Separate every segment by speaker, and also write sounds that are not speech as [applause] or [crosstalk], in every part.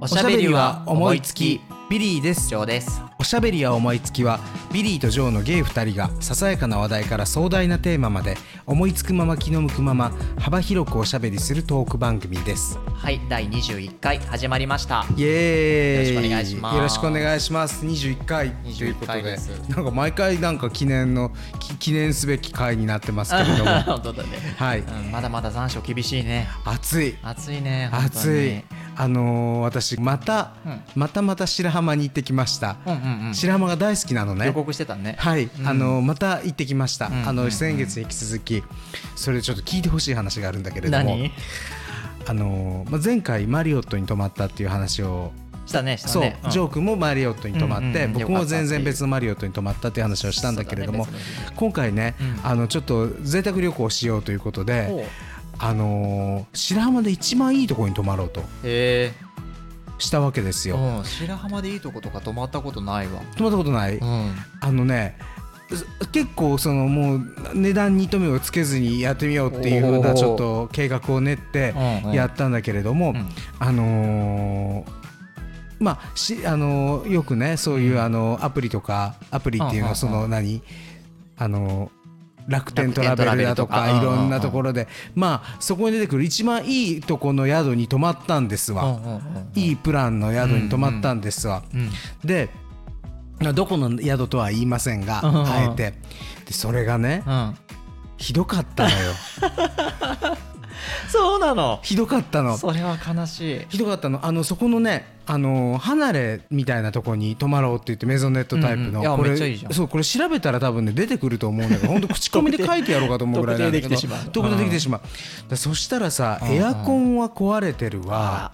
Speaker 1: おしゃべりは思いつき
Speaker 2: ビリーです
Speaker 1: 以上です
Speaker 2: おしゃべりは思いつきはビリーとジョーのゲイ2人がささやかな話題から壮大なテーマまで思いつくまま気の向くまま幅広くおしゃべりするトーク番組です
Speaker 1: はい第21回始まりました
Speaker 2: イエーイ
Speaker 1: よろしくお願いします
Speaker 2: よろしくお願いします21回ということ
Speaker 1: 21回
Speaker 2: で
Speaker 1: です
Speaker 2: なんか毎回なんか記念のき記念すべき回になってますけれども
Speaker 1: [laughs] 本当だね、
Speaker 2: はい
Speaker 1: うん、まだまだ残暑厳しいね
Speaker 2: 暑い
Speaker 1: 暑いね本当に
Speaker 2: 暑いあのー私また、
Speaker 1: うん
Speaker 2: またまた白浜に行ってきました、
Speaker 1: うんうんうん
Speaker 2: 白浜が大好きなのね
Speaker 1: 予告してたね
Speaker 2: はい、
Speaker 1: ん
Speaker 2: あのまた行ってきました、
Speaker 1: んうん
Speaker 2: あ
Speaker 1: う
Speaker 2: の
Speaker 1: ん
Speaker 2: 先月に引き続きそれちょっと聞いてほしい話があるんだけれども
Speaker 1: 何
Speaker 2: あの、まあ、前回マリオットに泊まったっていう話を、
Speaker 1: したねした
Speaker 2: そう、
Speaker 1: ね
Speaker 2: ジョ
Speaker 1: ー
Speaker 2: ー君もマリオットに泊まって、
Speaker 1: うんうんうん
Speaker 2: 僕
Speaker 1: よか
Speaker 2: も
Speaker 1: ったっていう
Speaker 2: 全然別のマリオットに泊まったっていう話をしたんだけれども、
Speaker 1: そうだね別の日
Speaker 2: 今回ね、
Speaker 1: うん
Speaker 2: あのちょっと贅沢旅行をしようということで、
Speaker 1: へ
Speaker 2: あの白浜で一番いいところに泊まろうと
Speaker 1: え
Speaker 2: したわけですよ。
Speaker 1: うん白浜でいいとことか泊まったことないわ
Speaker 2: 泊まったことない、
Speaker 1: うん
Speaker 2: あのねす結構そのもう値段に糸目をつけずにやってみようっていうふう
Speaker 1: お
Speaker 2: な
Speaker 1: ー
Speaker 2: ちょっと計画を練って
Speaker 1: うんうん
Speaker 2: やったんだけれど
Speaker 1: う
Speaker 2: も、
Speaker 1: ん
Speaker 2: あのーまあしあのーよくねそういうあのアプリとかアプリって
Speaker 1: うんうん
Speaker 2: いうの
Speaker 1: うん
Speaker 2: はその何あのー楽天トラ
Speaker 1: 楽天ト
Speaker 2: ベ
Speaker 1: ラベ
Speaker 2: ル
Speaker 1: ル
Speaker 2: だと
Speaker 1: とか
Speaker 2: か
Speaker 1: うんうん
Speaker 2: い
Speaker 1: うん
Speaker 2: ろんなところでまあそこに出てくる一番いいとこの宿に泊まったんです
Speaker 1: う
Speaker 2: わ
Speaker 1: んうんうん
Speaker 2: いいプランの宿に泊まったんですわ。
Speaker 1: うん
Speaker 2: でどこの宿とは言いませんが
Speaker 1: うんうんうん
Speaker 2: あえてでそれがね
Speaker 1: うん
Speaker 2: ひどかったの
Speaker 1: [laughs]
Speaker 2: よ
Speaker 1: そうなの
Speaker 2: ひどかったの
Speaker 1: それは悲しい
Speaker 2: ひどかったのあのそこのねあの離れみたいなとこに泊まろうって言ってメゾネットタイプ
Speaker 1: うんうん
Speaker 2: の
Speaker 1: いや
Speaker 2: こ
Speaker 1: めっちゃいいじゃん
Speaker 2: れそうこれ調べたら多分ね出てくると思う
Speaker 1: [laughs]
Speaker 2: んだけど本当口コミで書いてやろうかと思うぐらいなんだけど
Speaker 1: 特定できてしまう
Speaker 2: 特定できてしまうだそしたらさ
Speaker 1: うんうん
Speaker 2: エアコンは壊れてるわ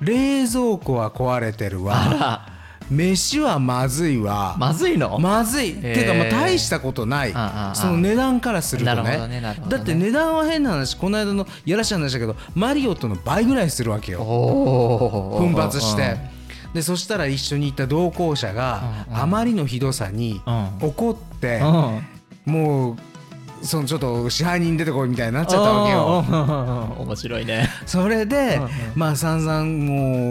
Speaker 2: 冷蔵庫は壊れてる
Speaker 1: あ
Speaker 2: わ
Speaker 1: ら
Speaker 2: 飯はまずいわ
Speaker 1: まずいの
Speaker 2: まずい、
Speaker 1: えー
Speaker 2: っていうかまあ大したことない、
Speaker 1: ああああ
Speaker 2: その値段からすると
Speaker 1: なるほ
Speaker 2: ね
Speaker 1: どねなるほどね
Speaker 2: だって値段は変な話この間のやらしい話だけどマリオットの倍ぐらいするわけよ
Speaker 1: おお
Speaker 2: 奮発してでそしたら一緒に行った同行者が
Speaker 1: うんうん
Speaker 2: あまりのひどさに
Speaker 1: うん
Speaker 2: 怒って
Speaker 1: うん
Speaker 2: もうそのちょっと支配人出てこいみたいになっちゃったわけよ。
Speaker 1: うん面白いね
Speaker 2: それで、
Speaker 1: うんうん
Speaker 2: まあ散々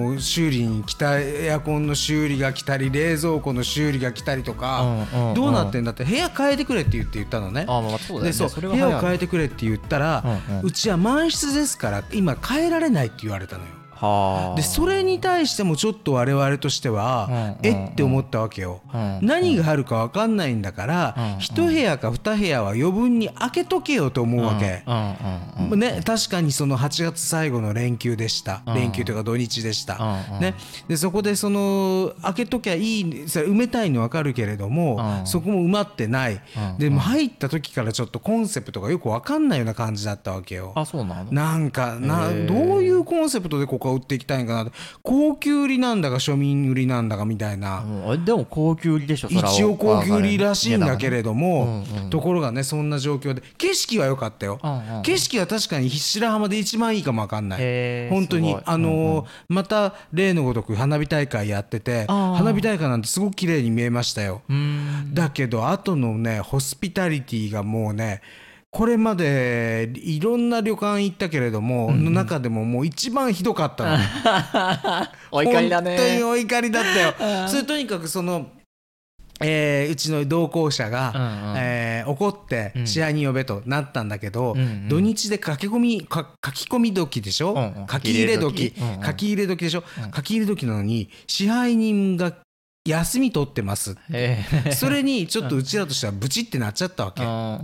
Speaker 2: もう修理に来たエアコンの修理が来たり冷蔵庫の修理が来たりとか、
Speaker 1: うんうんうん
Speaker 2: どうなってんだって部屋変えてくれって言って言ったのね。
Speaker 1: あまあそうだよね
Speaker 2: でそう
Speaker 1: それ
Speaker 2: 部
Speaker 1: は早い
Speaker 2: 屋を変えてくれって言ったら、
Speaker 1: う
Speaker 2: うん
Speaker 1: うん
Speaker 2: ちは満室ですから今変えられないって言われたのよ。
Speaker 1: はあ
Speaker 2: でそれに対してもちょっと我々としては、
Speaker 1: うんうんうん
Speaker 2: えって思ったわけよ。
Speaker 1: うん
Speaker 2: 何があるか分かんないんだから、
Speaker 1: うんうん
Speaker 2: 一部屋か二部屋は余分に開けとけよと思うわけ。
Speaker 1: うんうんうんうん
Speaker 2: ね、確かにその8月最後の連休でした、
Speaker 1: うん
Speaker 2: 連休というか土日でした、
Speaker 1: うんうん
Speaker 2: ね、でそこでその開けときゃいいそれ埋めたいの分かるけれども、
Speaker 1: うん
Speaker 2: そこも埋まってない、
Speaker 1: うん
Speaker 2: でもう入った時からちょっとコンセプトがよく分かんないような感じだったわけよ。
Speaker 1: あそうなの
Speaker 2: なんかな
Speaker 1: へー
Speaker 2: どういうコンセプトでここは売っていきたいんかなって高級売りなんだか庶民売りなんだかみたいな、
Speaker 1: うんあでも高級売りでしょそら
Speaker 2: 一応高級売りらしいんだけ
Speaker 1: ど
Speaker 2: れども、
Speaker 1: うんうん
Speaker 2: ところがねそんな状況で景色は良かったよ、
Speaker 1: うんうん
Speaker 2: 景色は確かに白浜で一番いいかもわかんない
Speaker 1: へー
Speaker 2: 本当
Speaker 1: す
Speaker 2: に
Speaker 1: ごい
Speaker 2: あのーまた例のごとく花火大会やってて
Speaker 1: あー
Speaker 2: 花火大会なんてすごく綺麗に見えましたよ、
Speaker 1: うん
Speaker 2: だけど後のねホスピタリティがもうねこれまでいろんな旅館行ったけれども、の中でももう一番ひどかったの
Speaker 1: [laughs] [laughs] お怒りだね
Speaker 2: 本当にお怒りだっ
Speaker 1: [laughs]
Speaker 2: たよ。それとにかくそのえーうちの同行者が、
Speaker 1: うんうん
Speaker 2: えー怒って
Speaker 1: うん
Speaker 2: 試合に呼べとなったんだけど、
Speaker 1: うんうん
Speaker 2: 土日で駆け込みか書き込み時でしょ、
Speaker 1: うんうん
Speaker 2: 書き入れ時
Speaker 1: 書き入れ時うんうん
Speaker 2: 書き入れ時でしょ、
Speaker 1: ん
Speaker 2: 書き入れ時なのに支配人が休み取ってます
Speaker 1: え
Speaker 2: [laughs]
Speaker 1: え
Speaker 2: それにちょっとうちらとしてはブチってなっちゃったわけ、
Speaker 1: うんう
Speaker 2: [laughs]
Speaker 1: ん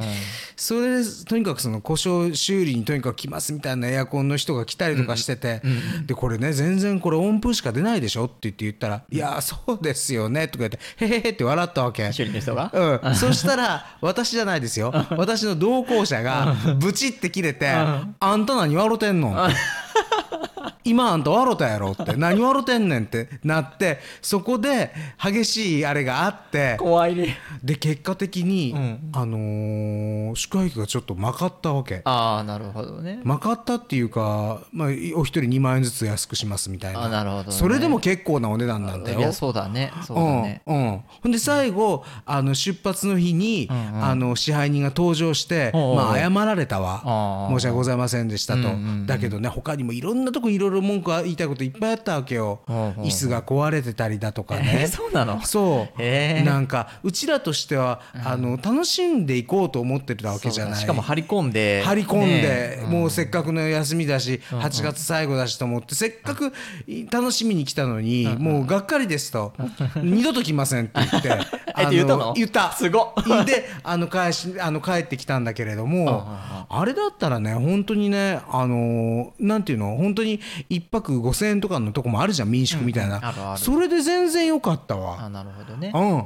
Speaker 2: それでとにかくその故障修理にとにかく来ますみたいなエアコンの人が来たりとかしてて、でこれね全然これ音符しか出ないでしょって言って言ったら「いやーそうですよね」とか言って「へへへ」って笑ったわけ。
Speaker 1: 修理の
Speaker 2: [laughs]
Speaker 1: 人が
Speaker 2: うん、そしたら私じゃないですよ私の同行者がブチって切れて「あんた何笑てんの?」今あんた笑たやろ」って「何笑てんねん」ってなってそこで激しいあれがあって
Speaker 1: 怖いね
Speaker 2: で結果的に、
Speaker 1: ん
Speaker 2: あのー宿泊費がちょっとまかったわけ
Speaker 1: ああなるほどね
Speaker 2: まかったっていうか、まあ、いお一人2万円ずつ安くしますみたいな
Speaker 1: あなるほどね
Speaker 2: それでも結構なお値段なんだよ
Speaker 1: いやそうだねそうだね
Speaker 2: うんうん、ほんで最後あの出発の日に、
Speaker 1: うんうん
Speaker 2: あの支配人が登場して、
Speaker 1: おうおう
Speaker 2: まあ、謝られた
Speaker 1: あ
Speaker 2: わ
Speaker 1: ー
Speaker 2: 申し訳ございませんでしたと、
Speaker 1: うんうんうん
Speaker 2: だけどね他にもいろんなとこいろいろろ文句は言いたいこといっぱいあったわけよ、
Speaker 1: うんうん
Speaker 2: 椅子が壊れてたりだとか
Speaker 1: え
Speaker 2: ね、
Speaker 1: ーそうなの
Speaker 2: そう、
Speaker 1: へえ
Speaker 2: なんかうちらとしては、あの楽しんでいこうと思ってたわけじゃない
Speaker 1: しかも張り込んで
Speaker 2: 張り込んで、
Speaker 1: ね
Speaker 2: もうせっかくの休みだし、8月最後だしと思ってせっかく楽しみに来たのに、もうがっかりですと、二度と来ませんって言って
Speaker 1: [laughs] えって言ったの
Speaker 2: 言った
Speaker 1: すご
Speaker 2: であの返しあの帰ってきたんだけれどもあれだったらね本当にねあのーなんていうの本当に1泊5,000円とかのとこもあるじゃん民宿みたいな、
Speaker 1: うんあるある
Speaker 2: それで全然良かったわ
Speaker 1: あなるほどね
Speaker 2: うん、
Speaker 1: うんうん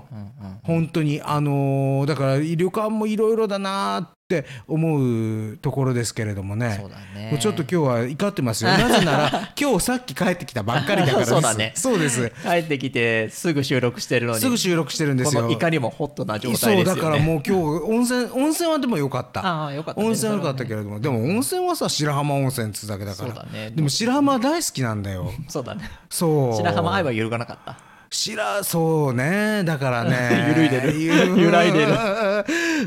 Speaker 2: 本当にあのーだから旅館もいろいろだなーって思うところですけれどもね
Speaker 1: そうだね
Speaker 2: もうちょっと今日は怒ってます
Speaker 1: [laughs]
Speaker 2: よなぜなら今日さっき帰ってきたばっかりだからです
Speaker 1: そうだね
Speaker 2: そうです
Speaker 1: 帰ってきてすぐ収録してるのに
Speaker 2: すぐ収録してるんです
Speaker 1: こ
Speaker 2: よ
Speaker 1: の怒りもホットな状態ですよ
Speaker 2: そ
Speaker 1: ね
Speaker 2: うだからもう今日温泉温泉はでも良かった
Speaker 1: ああよかったね
Speaker 2: 温泉は良かったけ
Speaker 1: ど
Speaker 2: れども、でも温泉はさ白浜温泉っつうだけだから
Speaker 1: そうだね
Speaker 2: でも白浜大好きなんだよ
Speaker 1: そうだね
Speaker 2: そう
Speaker 1: [laughs] 白浜愛は揺るがなかった
Speaker 2: 白そうねだからね
Speaker 1: [laughs] 揺るいで
Speaker 2: [laughs]
Speaker 1: る
Speaker 2: ゆ
Speaker 1: 揺らいでる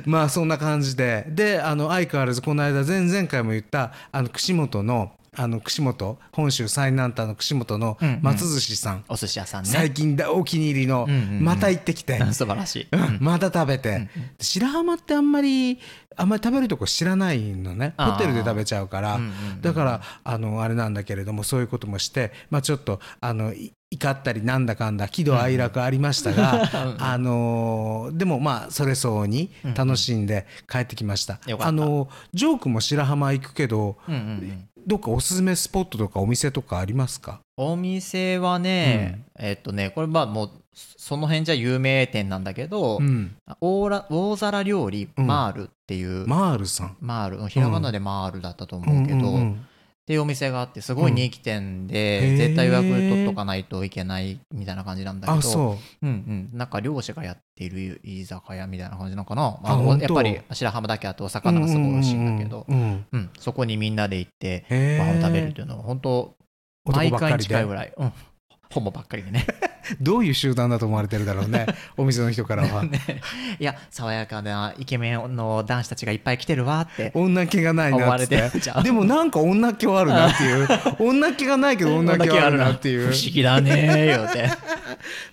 Speaker 2: まあそんな感じでであの相変わらずこの間前々回も言ったあの串本のあの串本本州最南端の串本の
Speaker 1: んうん
Speaker 2: 松寿司さん、
Speaker 1: お寿司屋さんね
Speaker 2: 最近だお気に入りの、
Speaker 1: んうんうん
Speaker 2: また行ってきて
Speaker 1: 素晴らしい
Speaker 2: また食べて、白浜ってあんまりあんまり食べるとこ知らないのね
Speaker 1: あー
Speaker 2: ホテルで食べちゃうから、
Speaker 1: うんうんうん
Speaker 2: だからあのあれなんだけれどもそういうこともして、まあ、ちょっとあのい怒ったりなんだかんだ喜怒哀楽ありましたが、 [laughs] あのーでもまあそれ相応に楽しんで帰ってきました。
Speaker 1: よかった
Speaker 2: あのージョークも白浜行くけど
Speaker 1: うんうんうん
Speaker 2: どっかおすすめスポットとかお店とかありますか
Speaker 1: お店はね、えっとねこれまあもうその辺じゃ有名店なんだけど、
Speaker 2: うん、
Speaker 1: 大ら大皿料理
Speaker 2: うん
Speaker 1: マールっていう、
Speaker 2: マールさん。
Speaker 1: マールひらがなでマールだったと思うけど、
Speaker 2: うんうんう
Speaker 1: っ
Speaker 2: ん
Speaker 1: ていうお店があってすごい人気店で、
Speaker 2: うん
Speaker 1: 絶対予約
Speaker 2: へー
Speaker 1: 取っとかないといけないみたいな感じなんだけど
Speaker 2: あそう
Speaker 1: うんうん、なんか漁師がやっている居酒屋みたいな感じなのかな
Speaker 2: あ
Speaker 1: あの
Speaker 2: 本当
Speaker 1: やっぱり白浜だけあとお魚がすごい美味しいんだけど、
Speaker 2: うんうんうんうん
Speaker 1: うん、そこにみんなで行って
Speaker 2: ご
Speaker 1: ご飯を食べるっていうのは本当
Speaker 2: 男
Speaker 1: 毎
Speaker 2: ばっか
Speaker 1: 回
Speaker 2: り
Speaker 1: 近い
Speaker 2: で
Speaker 1: ぐらい、うん、ほぼばっかりでね [laughs]
Speaker 2: どういう集団だと思われてるだろうねお店の人からは
Speaker 1: ないや爽やかなイケメンの男子たちがいっぱい来てるわって
Speaker 2: 女気がない
Speaker 1: 思
Speaker 2: な
Speaker 1: わ
Speaker 2: っつ
Speaker 1: れ
Speaker 2: ってて
Speaker 1: るじゃん
Speaker 2: でもなんか女気はあるなって
Speaker 1: [laughs]
Speaker 2: いう女気がないけど女気はあるなっていう
Speaker 1: 不思議だねーよって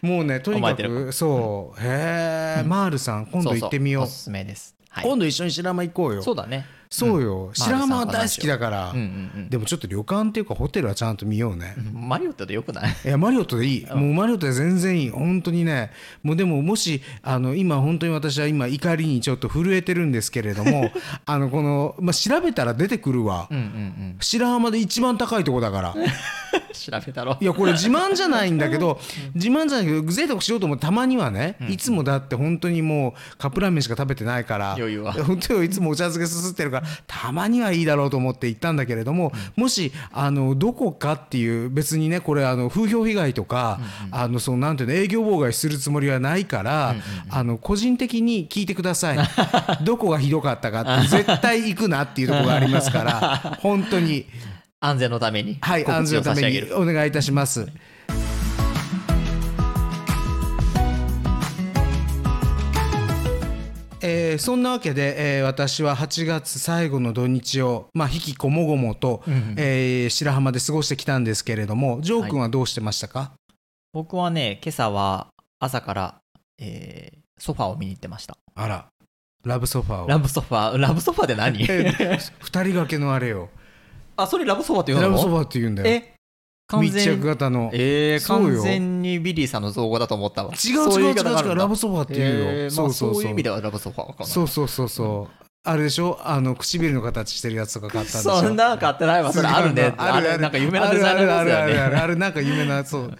Speaker 2: もうねとに
Speaker 1: 思
Speaker 2: か
Speaker 1: われて
Speaker 2: くそうへえマールさん今
Speaker 1: そ
Speaker 2: 度
Speaker 1: うそ
Speaker 2: 行
Speaker 1: う
Speaker 2: ってみよ
Speaker 1: お
Speaker 2: う
Speaker 1: すすめです、はい、
Speaker 2: 今度一緒に白浜行こうよ
Speaker 1: そうだね
Speaker 2: そうよ白浜は
Speaker 1: マールさん
Speaker 2: 大好きだから
Speaker 1: うんうん
Speaker 2: でもちょっと旅館っていうかホテルはちゃんと見ようね
Speaker 1: うんマリオットでよくない
Speaker 2: いやマリオットでいい、もうマリオットで全然いい本当にねもうでももしあの今本当に私は今怒りにちょっと震えてるんですけれど
Speaker 1: [laughs]
Speaker 2: もあのこの、まあ、調べたら出てくるわ、
Speaker 1: うんうんうん
Speaker 2: 白浜で一番高いとこだから
Speaker 1: [laughs] [laughs] 調べたろ
Speaker 2: いやこれ自慢じゃないんだけど自慢じゃないけど贅沢しようと思ってたまにはね、いつもだって本当にもうカップラーメンしか食べてないから
Speaker 1: 余裕は
Speaker 2: [laughs] 本当よいつもお茶漬けすすってるからたまにはいいだろうと思って行ったんだけれども、もしあのどこかっていう別にねこれあの風評被害とか、あのそのなんていうの営業妨害するつもりはないから、あの個人的に聞いてくださいどこがひどかったかって絶対行くなっていうところがありますから [laughs] 本当に
Speaker 1: 安全のために
Speaker 2: はい
Speaker 1: 告
Speaker 2: 安
Speaker 1: 知
Speaker 2: 全
Speaker 1: を
Speaker 2: のた
Speaker 1: 差し
Speaker 2: め
Speaker 1: 上げ
Speaker 2: に
Speaker 1: る
Speaker 2: お願いいたします。えーそんなわけで、えー私は8月最後の土日を、まあ、引きこもごもと、えー白浜で過ごしてきたんですけれどもジョー君はどうしてましたか、
Speaker 1: 僕はね今朝は朝から、えーソファーを見に行ってました
Speaker 2: あらラブソファー
Speaker 1: ラ
Speaker 2: を
Speaker 1: ブソファーラブソファーで何
Speaker 2: えー二人掛けのあ
Speaker 1: [laughs]
Speaker 2: れよ
Speaker 1: あそれラブソファーって言う
Speaker 2: ラ
Speaker 1: の
Speaker 2: ブソファーって言うんだよ
Speaker 1: え完
Speaker 2: 密
Speaker 1: 全
Speaker 2: 着
Speaker 1: に
Speaker 2: 型の
Speaker 1: えー、
Speaker 2: そう
Speaker 1: 完
Speaker 2: よ
Speaker 1: 全にビリーさんの造語だと思ったわ
Speaker 2: 違う
Speaker 1: そい
Speaker 2: 違う違
Speaker 1: 言
Speaker 2: う
Speaker 1: い方があ
Speaker 2: 違
Speaker 1: る
Speaker 2: うん
Speaker 1: だ
Speaker 2: ラブソファーって言うよ、
Speaker 1: えーまあ、そういう意味ではラブソファーかな
Speaker 2: そうそうそうそう。あれでしょあの唇の形してるやつとか買ったんでしょ
Speaker 1: そんな買ってないわそれあるねあるなんか有名なデザイナー
Speaker 2: あ
Speaker 1: で
Speaker 2: るあ
Speaker 1: す
Speaker 2: るあるあ
Speaker 1: よ
Speaker 2: る
Speaker 1: ね
Speaker 2: あるなんか有名なそう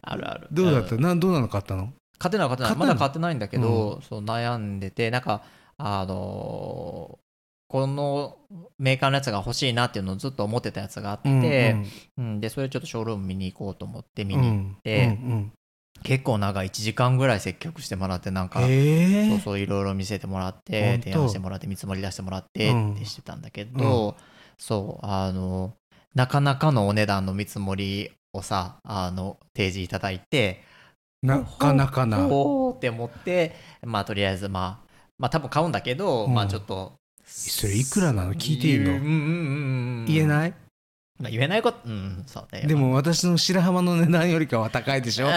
Speaker 1: あるある
Speaker 2: どうだった
Speaker 1: ん
Speaker 2: なんどうなの買ったの
Speaker 1: 買ってない買ってない
Speaker 2: 買ったの
Speaker 1: まだ買ってないんだけど、そう悩んでてなんかあのーこのメーカーのやつが欲しいなっていうのをずっと思ってたやつがあって、
Speaker 2: うん
Speaker 1: うん、でそれちょっとショールーム見に行こうと思って
Speaker 2: う
Speaker 1: 見
Speaker 2: んう
Speaker 1: に、
Speaker 2: ん
Speaker 1: て
Speaker 2: うんうん
Speaker 1: 結構長い1時間ぐらい接客してもらってなんか、
Speaker 2: え
Speaker 1: そう
Speaker 2: ー
Speaker 1: そういろいろ見せてもらっ
Speaker 2: ほ
Speaker 1: て
Speaker 2: んと
Speaker 1: 提案してもらって見積もり出してもらって
Speaker 2: うん
Speaker 1: ってしてたんだけど、そうあのなかなかのお値段の見積もりをさあの提示いただいて
Speaker 2: なかなかな
Speaker 1: おーって思ってまあとりあえずまあまあ多分買うんだけど、
Speaker 2: うん
Speaker 1: まあちょっと
Speaker 2: それいくらなの聞いていいの
Speaker 1: うんうんうんうん
Speaker 2: 言えない
Speaker 1: まあ、言えないこと、うん、そうね。
Speaker 2: でも私の白浜の値段よりかは高い
Speaker 1: [laughs]
Speaker 2: でしょ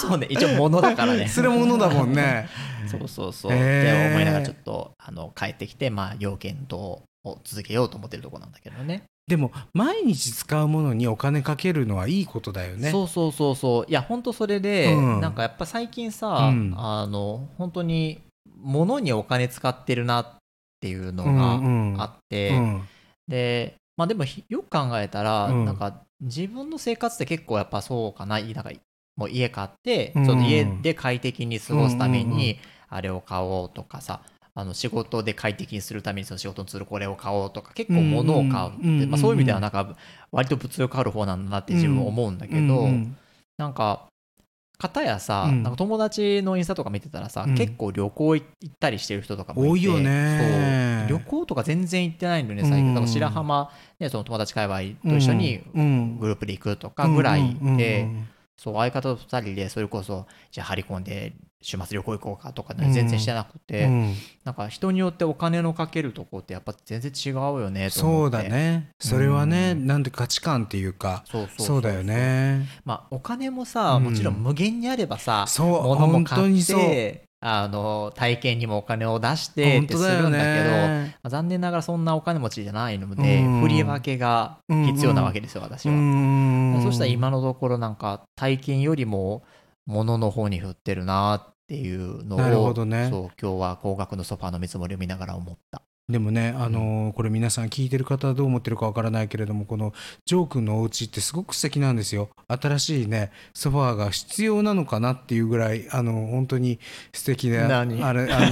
Speaker 1: そうね、一応物だからね。
Speaker 2: [laughs] それものだもんね
Speaker 1: [laughs] そうそうそう。っ
Speaker 2: へー
Speaker 1: て思いながらちょっとあの帰ってきて、まあ、要検討を続けようと思ってるところなんだけどね
Speaker 2: でも毎日使うものにお金かけるのはいいことだよね
Speaker 1: そうそうそうそう。いや、本当それで、
Speaker 2: うん
Speaker 1: なんかやっぱ最近さ、
Speaker 2: うん
Speaker 1: あの本当に物にお金使ってるなっていうの
Speaker 2: う
Speaker 1: が
Speaker 2: んうん
Speaker 1: あって、
Speaker 2: うん
Speaker 1: で、まあ、でもひよく考えたら、
Speaker 2: うん
Speaker 1: なんか自分の生活って結構やっぱそうかな、いなんかもう家買って、
Speaker 2: うん
Speaker 1: ちょっと家で快適に過ごすため
Speaker 2: うんうんうん
Speaker 1: に、あれを買おうとかさ、あの仕事で快適にするためにその仕事のツールこれを買おうとか結構物を買うって、
Speaker 2: うんうんうん
Speaker 1: まあ、そういう意味ではなんか割と物欲ある方なんだなって自分は思うんだけど、
Speaker 2: うんうん
Speaker 1: なんか片やさ、
Speaker 2: うん
Speaker 1: なんか友達のインスタとか見てたらさ、
Speaker 2: うん
Speaker 1: 結構旅行行ったりしてる人とかもいて
Speaker 2: 多いよね
Speaker 1: そう旅行とか全然行ってないのに最
Speaker 2: う
Speaker 1: 近
Speaker 2: ん
Speaker 1: だから白浜、ね、その友達界隈と一緒に
Speaker 2: うん
Speaker 1: グループで行くとかぐらいで、
Speaker 2: うんうんうん
Speaker 1: そう相方と2人でそれこそじゃあ張り込んで週末旅行行こうかとかね全然してなくて、
Speaker 2: うん
Speaker 1: なんか人によってお金のかけるとこってやっぱ全然違うよねと
Speaker 2: そ
Speaker 1: 思
Speaker 2: う
Speaker 1: って
Speaker 2: だねそれはね、
Speaker 1: うん
Speaker 2: なんて価値観っていうか
Speaker 1: そうそう
Speaker 2: そうだよね
Speaker 1: まあ、お金もさ、
Speaker 2: うん
Speaker 1: もちろん無限にあればさ、
Speaker 2: そう
Speaker 1: 物も
Speaker 2: 本当
Speaker 1: 買
Speaker 2: に
Speaker 1: っ
Speaker 2: そう
Speaker 1: てあの体験にもお金を出してっ
Speaker 2: 本
Speaker 1: て
Speaker 2: 当
Speaker 1: す
Speaker 2: だ
Speaker 1: る
Speaker 2: よ
Speaker 1: んだけど
Speaker 2: ね
Speaker 1: まあ残念ながらそんなお金持ちじゃないので、
Speaker 2: うん
Speaker 1: 振り分けが必要なわけですよ、私は。
Speaker 2: ん
Speaker 1: そしたら今のところなんか体験よりも物の方に振ってるなっていうの
Speaker 2: なるほ
Speaker 1: を、
Speaker 2: どね
Speaker 1: そう今日は高額のソファーの見積もりを見ながら思った。
Speaker 2: でもね、あのーこれ皆さん聞いてる方はどう思ってるかわからないけれどもこのジョー君のお家ってすごく素敵なんですよ新しいねソファーが必要なのかなっていうぐらいあの本当に素敵であ
Speaker 1: 何
Speaker 2: れ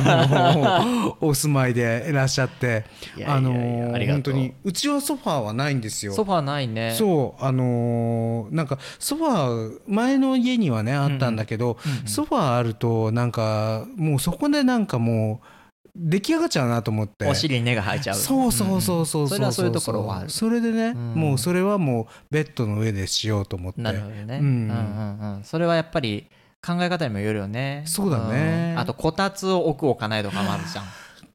Speaker 2: あ
Speaker 1: [laughs]
Speaker 2: のお住まいでいらっしゃって
Speaker 1: いやいやいや
Speaker 2: あのー
Speaker 1: ありがとう
Speaker 2: 本当にうちはソファーはないんですよ
Speaker 1: ソファーないね。
Speaker 2: そうあのーなんかソファー前の家にはねあったんだけど、
Speaker 1: うんうん
Speaker 2: ソファーあるとなんかもうそこでなんかもう出来上がっちゃうなと思って
Speaker 1: お尻に根が生えちゃう。
Speaker 2: そうそうそうそう
Speaker 1: それはそういうところはある
Speaker 2: それでね、
Speaker 1: ん
Speaker 2: もうそれはもうベッドの上でしようと思って
Speaker 1: なるほどね、
Speaker 2: うん
Speaker 1: うんうんうんそれはやっぱり考え方にもよるよね
Speaker 2: そうだね
Speaker 1: んあとこたつを置く置かないとかもあるじゃん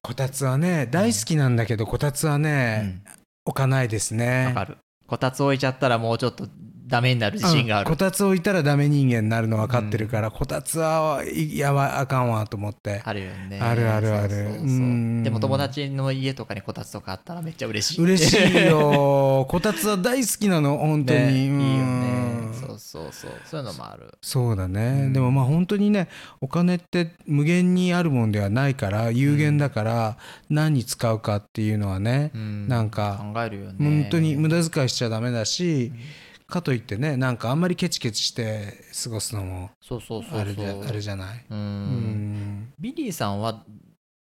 Speaker 2: こたつはね大好きなんだけど、こたつはね、置かないです
Speaker 1: うんわ、
Speaker 2: ね
Speaker 1: かるこたつ置いちゃったらもうちょっとダメになる自信があ
Speaker 2: う
Speaker 1: る
Speaker 2: んこ、たつ置いたらダメ人間になるの分かってるから、こたつはいやばいあかんわと思って
Speaker 1: あるよね
Speaker 2: あるあるある
Speaker 1: そうそうそう
Speaker 2: うん
Speaker 1: でも友達の家とかにこたつとかあったらめっちゃ嬉しい
Speaker 2: 嬉しい
Speaker 1: ね [laughs]
Speaker 2: よこたつは大好きなの本当に、
Speaker 1: いいよ
Speaker 2: うん
Speaker 1: ねそうそうそうそういうのもある
Speaker 2: そうだね、
Speaker 1: うん
Speaker 2: でもまあ本当にねお金って無限にあるもんではないから有限だから何に使うかっていうのはね、
Speaker 1: うん
Speaker 2: なんか
Speaker 1: 考えるよね
Speaker 2: 本当に無駄遣いしちゃダメだし、かといってねなんかあんまりケチケチして過ごすのも
Speaker 1: そうそうそうそう
Speaker 2: あれじゃあれじゃない、
Speaker 1: う
Speaker 2: うん
Speaker 1: んビリーさんは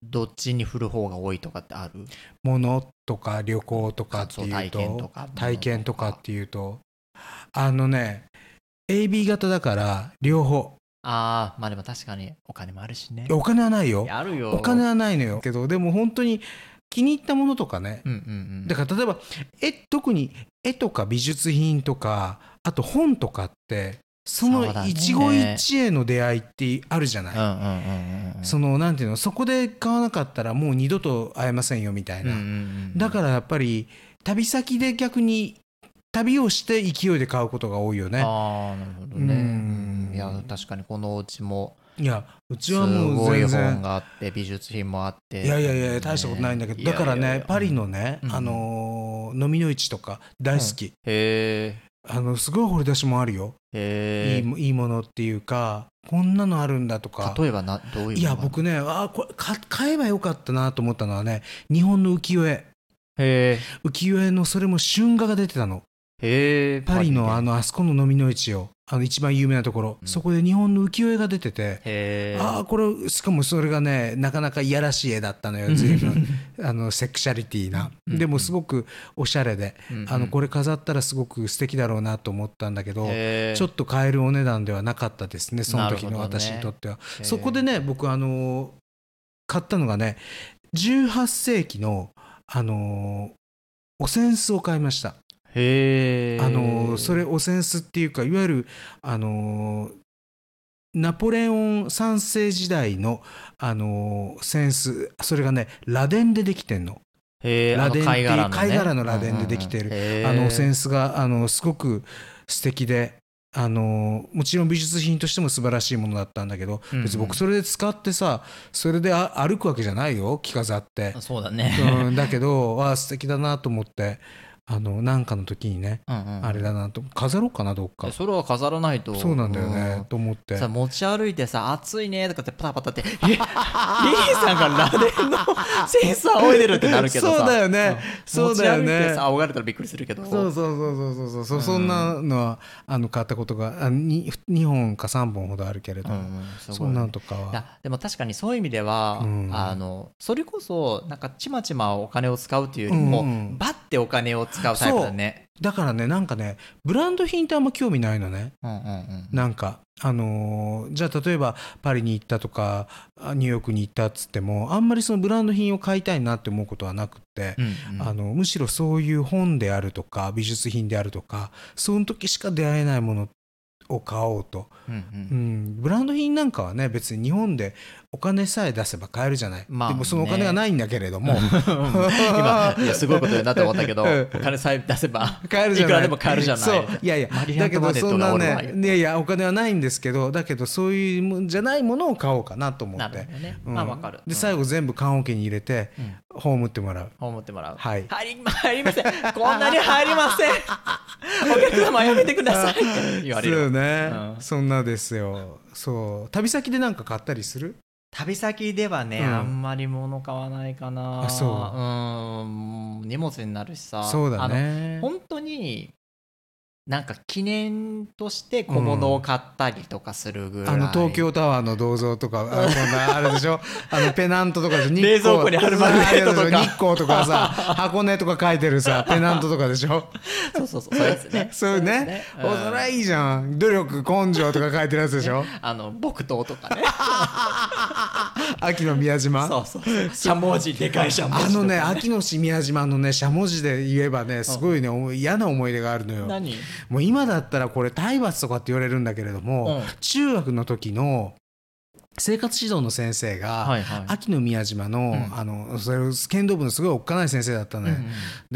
Speaker 1: どっちに振る方が多いとかってある
Speaker 2: 物とか旅行とかってい
Speaker 1: 体
Speaker 2: うと
Speaker 1: 験とか
Speaker 2: 体験とかっていうとあのね AB 型だから両方
Speaker 1: ああまあでも確かにお金もあるしね
Speaker 2: お金はないよ
Speaker 1: あるよ
Speaker 2: お金はないのよけどでも本当に気に入ったものとかね、
Speaker 1: うんうんうん
Speaker 2: だから例えば絵特に絵とか美術品とかあと本とかってその
Speaker 1: そうだね
Speaker 2: 一期一会の出会いってあるじゃない、
Speaker 1: うんうんうんうんうん
Speaker 2: そのなんていうのそこで買わなかったらもう二度と会えませんよみたい
Speaker 1: うんう
Speaker 2: な、
Speaker 1: んうん
Speaker 2: だからやっぱり旅先で逆に旅をして勢いで買うことが多いよね
Speaker 1: ああなるほどね
Speaker 2: うん
Speaker 1: うんいや確かにこのお家も
Speaker 2: いやうち
Speaker 1: す
Speaker 2: はもう
Speaker 1: ごい
Speaker 2: 全
Speaker 1: 本
Speaker 2: 然
Speaker 1: があって美術品もあって
Speaker 2: いやいやいや大したことないんだけど、だからねパリのね、
Speaker 1: うん
Speaker 2: あのー飲みの市とか大好き、
Speaker 1: へ
Speaker 2: あのすごい掘り出しもあるよ、
Speaker 1: えへ
Speaker 2: いい
Speaker 1: え
Speaker 2: もいいものっていうかこんなのあるんだとか
Speaker 1: 例えばなどういう
Speaker 2: いや僕ねあーこれか買えばよかったなと思ったのはね日本の浮世絵
Speaker 1: へ
Speaker 2: 浮世絵のそれも春画が出てたの
Speaker 1: えへえ
Speaker 2: パリのあ
Speaker 1: の
Speaker 2: のあそこの飲みの市よあの一番有名なところ、
Speaker 1: うん
Speaker 2: そこで日本の浮世絵が出てて、
Speaker 1: へえ
Speaker 2: ああこれしかもそれがねなかなかいやらしい絵だったのよ随分 [laughs] あのセクシャリティな
Speaker 1: うん
Speaker 2: でもすごくおしゃれで、 [laughs] あのこ
Speaker 1: れ
Speaker 2: れ飾ったらすごく素敵だろうなと思ったんだけど、ち
Speaker 1: ち
Speaker 2: ょっと買えるお値段ではなかったですねその時の
Speaker 1: なるほどね
Speaker 2: 私にとっては、そこでね僕あの買ったのがね18世紀のあのお扇子を買いました、
Speaker 1: へえ
Speaker 2: あのそれお扇子っていうかいわゆるあのナポレオン三世時代のあの扇子それがね螺鈿でできてんの
Speaker 1: へえ
Speaker 2: 螺鈿ってい
Speaker 1: 貝
Speaker 2: う
Speaker 1: 殻の、ね、
Speaker 2: 貝殻の螺鈿でできてる
Speaker 1: うんうんうんへー
Speaker 2: あのセンスがあのすごく素敵であのもちろん美術品としても素晴らしいものだったんだけど、
Speaker 1: うんうん
Speaker 2: 別に僕それで使ってさそれであ歩くわけじゃないよ着飾って
Speaker 1: あ、そうだね
Speaker 2: うん、だけどわあ素敵だなと思ってあのなんかの時にね、
Speaker 1: うんうん
Speaker 2: あれだなと飾ろうかなどっか
Speaker 1: えそれは飾らないと
Speaker 2: そうなんだよねと思っ
Speaker 1: う
Speaker 2: て
Speaker 1: んさ持ち歩いてさ暑いねとかってパタパタ
Speaker 2: [laughs]
Speaker 1: ってえリリーさんが螺鈿の [laughs] センスを仰いでるってなるけどさ
Speaker 2: そうだよねそうだよね
Speaker 1: 持ち歩いてさ仰がれたらびっくりするけど
Speaker 2: そうそうそうそうそうそう、そんなのはあの買ったことがあに2本か3本ほどあるけれど
Speaker 1: うん
Speaker 2: も、
Speaker 1: うんすごい
Speaker 2: そんなんとかは。
Speaker 1: だでも確かにそういう意味では、
Speaker 2: うん
Speaker 1: あのそれこそなんかちまちまお金を使うというよりも、
Speaker 2: うんうん
Speaker 1: バッてお金を使うタイプだね。
Speaker 2: だからねなんかねブランド品ってあんま興味ないのね
Speaker 1: うんうんうん
Speaker 2: なんかあのーじゃあ例えばパリに行ったとかあニューヨークに行ったっつってもあんまりそのブランド品を買いたいなって思うことはなくって、
Speaker 1: うんうん
Speaker 2: あのむしろそういう本であるとか美術品であるとかその時しか出会えないものを買おうと、
Speaker 1: うんう
Speaker 2: うんん、ブランド品なんかはね別に日本でお金さえ出せば買えるじゃない、
Speaker 1: まあね
Speaker 2: でもそのお金がないんだけれども
Speaker 1: 今いやすごいことだなと思ったけど、
Speaker 2: うん
Speaker 1: お金さえ出せば
Speaker 2: [laughs] 買えるじ
Speaker 1: い
Speaker 2: ゃない
Speaker 1: くらでも買えるじゃない
Speaker 2: そういやいや
Speaker 1: マリアン
Speaker 2: だけど
Speaker 1: ト
Speaker 2: そん
Speaker 1: マ
Speaker 2: な
Speaker 1: ネットが俺
Speaker 2: ねいやいやお金はないんですけどだけどそういうもんじゃないものを買おうかなと思
Speaker 1: な
Speaker 2: っ
Speaker 1: る
Speaker 2: て
Speaker 1: ほどね、
Speaker 2: うん
Speaker 1: まあわかる
Speaker 2: で最後全部棺桶に入れて
Speaker 1: うん
Speaker 2: 葬ってもらう
Speaker 1: 思ってもらう、
Speaker 2: はい
Speaker 1: 入り入りませんこんなに入りません [laughs] お客様やめてください
Speaker 2: [laughs]
Speaker 1: って言われ
Speaker 2: そう
Speaker 1: る
Speaker 2: ね、
Speaker 1: うん
Speaker 2: そんなですよそう旅先で何か買ったりする
Speaker 1: 旅先ではね、
Speaker 2: うん
Speaker 1: あんまり物買わないかな
Speaker 2: あそう
Speaker 1: うん荷物になるしさ
Speaker 2: そうだ
Speaker 1: あの
Speaker 2: ね
Speaker 1: 本当になんか記念として小物を買ったりとかするぐらい、
Speaker 2: あの東京タワーの銅像とかあのこんなあるでしょあのペナントとかでしょ日光
Speaker 1: 冷蔵庫にあるマグネットとか
Speaker 2: あるでしょ日光とかさ箱根とか書いてる
Speaker 1: [laughs]
Speaker 2: さペナントとかでしょ
Speaker 1: そうそうそうそうですね
Speaker 2: [laughs] そうねおそらいいじゃん努力根性とか書いてるやつでしょ
Speaker 1: あの木刀とかね
Speaker 2: 秋の宮島
Speaker 1: そうそうそうしゃもじでかいしゃもじ
Speaker 2: あ
Speaker 1: とか
Speaker 2: のね秋の宮島のねしゃもじで言えばねすごいねお嫌な思い出があるのよ
Speaker 1: 何
Speaker 2: もう今だったらこれ体罰とかって言われるんだけれども、
Speaker 1: うん
Speaker 2: 中学の時の生活指導の先生が、
Speaker 1: はいはい
Speaker 2: 秋の宮島の,、
Speaker 1: うん
Speaker 2: あのそれ剣道部のすごいおっかない先生だったのよ、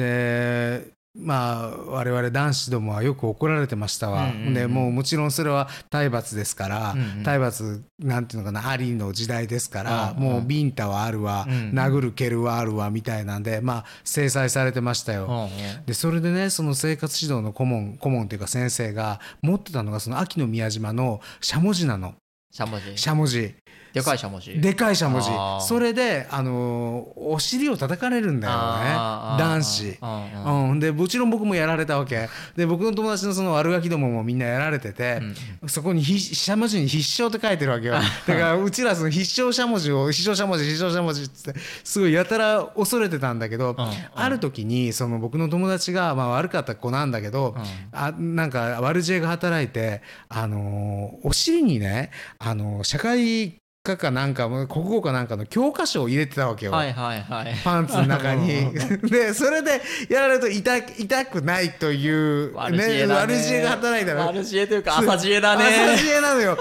Speaker 2: でまあ我々男子どもはよく怒られてましたわ、
Speaker 1: うんうんうん
Speaker 2: でもうもちろんそれは体罰ですから、
Speaker 1: うんうん
Speaker 2: 体罰なんていうのかなありの時代ですから、
Speaker 1: うんうん
Speaker 2: もうビンタはあるわ、
Speaker 1: うんうん
Speaker 2: 殴る蹴るはあるわみたいなんでまあ制裁されてましたよ、
Speaker 1: うんうん
Speaker 2: でそれでねその生活指導の顧問顧問というか先生が持ってたのがその秋の宮島のしゃもじなの
Speaker 1: しゃもじ
Speaker 2: しゃもじ
Speaker 1: でかいしゃもじ
Speaker 2: でかいしゃもじ
Speaker 1: あー
Speaker 2: それであのーお尻を叩かれるんだよ
Speaker 1: あー
Speaker 2: ね男子。
Speaker 1: あーあーうんうん
Speaker 2: うん、でもちろん僕もやられたわけで僕の友達のその悪ガキどももみんなやられてて、そこにひしゃもじに必勝って書いてるわけよだからうちらその必勝しゃもじを必勝しゃもじ必勝しゃもじっつってすごいやたら恐れてたんだけど、
Speaker 1: うんうん
Speaker 2: ある時にその僕の友達が、まあ、悪かった子なんだけど、あなんか悪知恵が働いて、あのーお尻にね、あのー社会科かなんか国語かなんかの教科書を入れてたわけよ。
Speaker 1: はいはいはい
Speaker 2: パンツの中に
Speaker 1: う
Speaker 2: [laughs] でそれでやられると痛く痛くないという、
Speaker 1: 悪知恵だね
Speaker 2: 悪知恵が働いたら
Speaker 1: 悪知恵というか朝知恵だ
Speaker 2: 朝
Speaker 1: ね
Speaker 2: 知恵な
Speaker 1: [laughs]
Speaker 2: のよ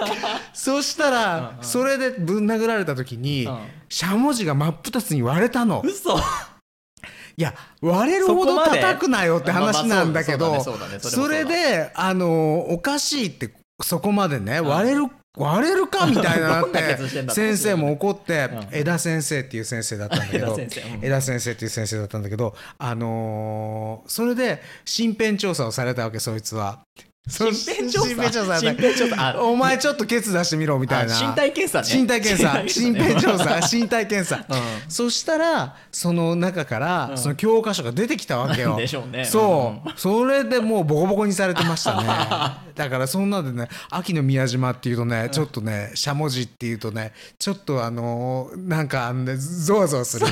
Speaker 2: そしたら、
Speaker 1: うんうん
Speaker 2: それでぶん殴られた時に、
Speaker 1: うん
Speaker 2: しゃもじが真っ二つに割れたの
Speaker 1: 嘘
Speaker 2: いや割れるほど
Speaker 1: そこまで
Speaker 2: 叩くなよって話なんだけ
Speaker 1: ま
Speaker 2: ど
Speaker 1: あまあそうだねそう
Speaker 2: そ
Speaker 1: だねそれ
Speaker 2: れ
Speaker 1: も
Speaker 2: であのおかしいってそこまでね
Speaker 1: ん
Speaker 2: 割れる割れるかみたい
Speaker 1: [laughs]
Speaker 2: な
Speaker 1: ど
Speaker 2: っ
Speaker 1: んな
Speaker 2: て
Speaker 1: 決してんだって
Speaker 2: 先生も怒って
Speaker 1: うん
Speaker 2: 枝先生っていう先生だったんだけ
Speaker 1: 枝
Speaker 2: ど
Speaker 1: 先生うん
Speaker 2: 枝先生っていう先生だったんだけどあのーそれで身辺調査をされたわけそいつは。そ
Speaker 1: 身辺調査
Speaker 2: 身辺調査
Speaker 1: 身辺調査あ
Speaker 2: [laughs] お前ちょっとケツ出してみろみたいな
Speaker 1: あ身体検査ね
Speaker 2: 身体検査身
Speaker 1: [laughs] 身体
Speaker 2: 辺
Speaker 1: 検査
Speaker 2: 調査
Speaker 1: [laughs]
Speaker 2: 身体検査
Speaker 1: う
Speaker 2: そしたらその中から、
Speaker 1: うん
Speaker 2: その教科書が出てきたわけよ。
Speaker 1: でしょうね
Speaker 2: そう、それでもうボコボコにされてま
Speaker 1: [laughs]
Speaker 2: したねだからそんなでね秋の宮島っていうとね、ちょっとねしゃもじっていうとねちょっとあのーなんかあのねゾワゾワす
Speaker 1: [laughs]
Speaker 2: る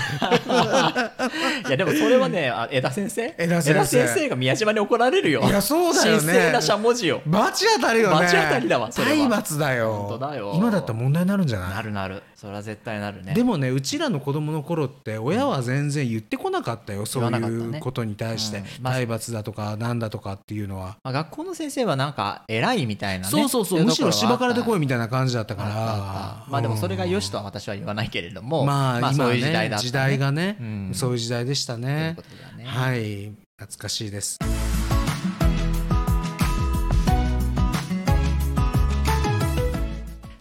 Speaker 1: いやでもそれはねあ枝先生
Speaker 2: 枝先生
Speaker 1: が宮島に怒られるよ
Speaker 2: いやそうだよね
Speaker 1: 神聖なしゃもじよ
Speaker 2: 罰当たりよね
Speaker 1: 罰当たりだわそれは
Speaker 2: 体罰だよ
Speaker 1: 本当だよ
Speaker 2: 今だったら問題になるんじゃない
Speaker 1: なるなるそれは絶対なるね
Speaker 2: でもねうちらの子供の頃って親は全然言ってこなかったよ、そう
Speaker 1: 言わなかっ
Speaker 2: い
Speaker 1: たね
Speaker 2: うことに対して、
Speaker 1: うんまあ
Speaker 2: 体罰だとかなんだとかっていうのは
Speaker 1: まあ、学校の先生はなんか偉いみたいなね
Speaker 2: そうそうそうむしろしばかられてこ
Speaker 1: い
Speaker 2: いみたいな感じだった
Speaker 1: うと
Speaker 2: か
Speaker 1: ころはあったあったあったまあ
Speaker 2: ら
Speaker 1: でもそれが良しとは私は言わないけれども
Speaker 2: まあ今
Speaker 1: そう
Speaker 2: は
Speaker 1: いう時代だった
Speaker 2: ね
Speaker 1: ね
Speaker 2: 時代がね
Speaker 1: うん
Speaker 2: そういう時代でしした
Speaker 1: という
Speaker 2: ね
Speaker 1: ことだね。
Speaker 2: はい懐かしいです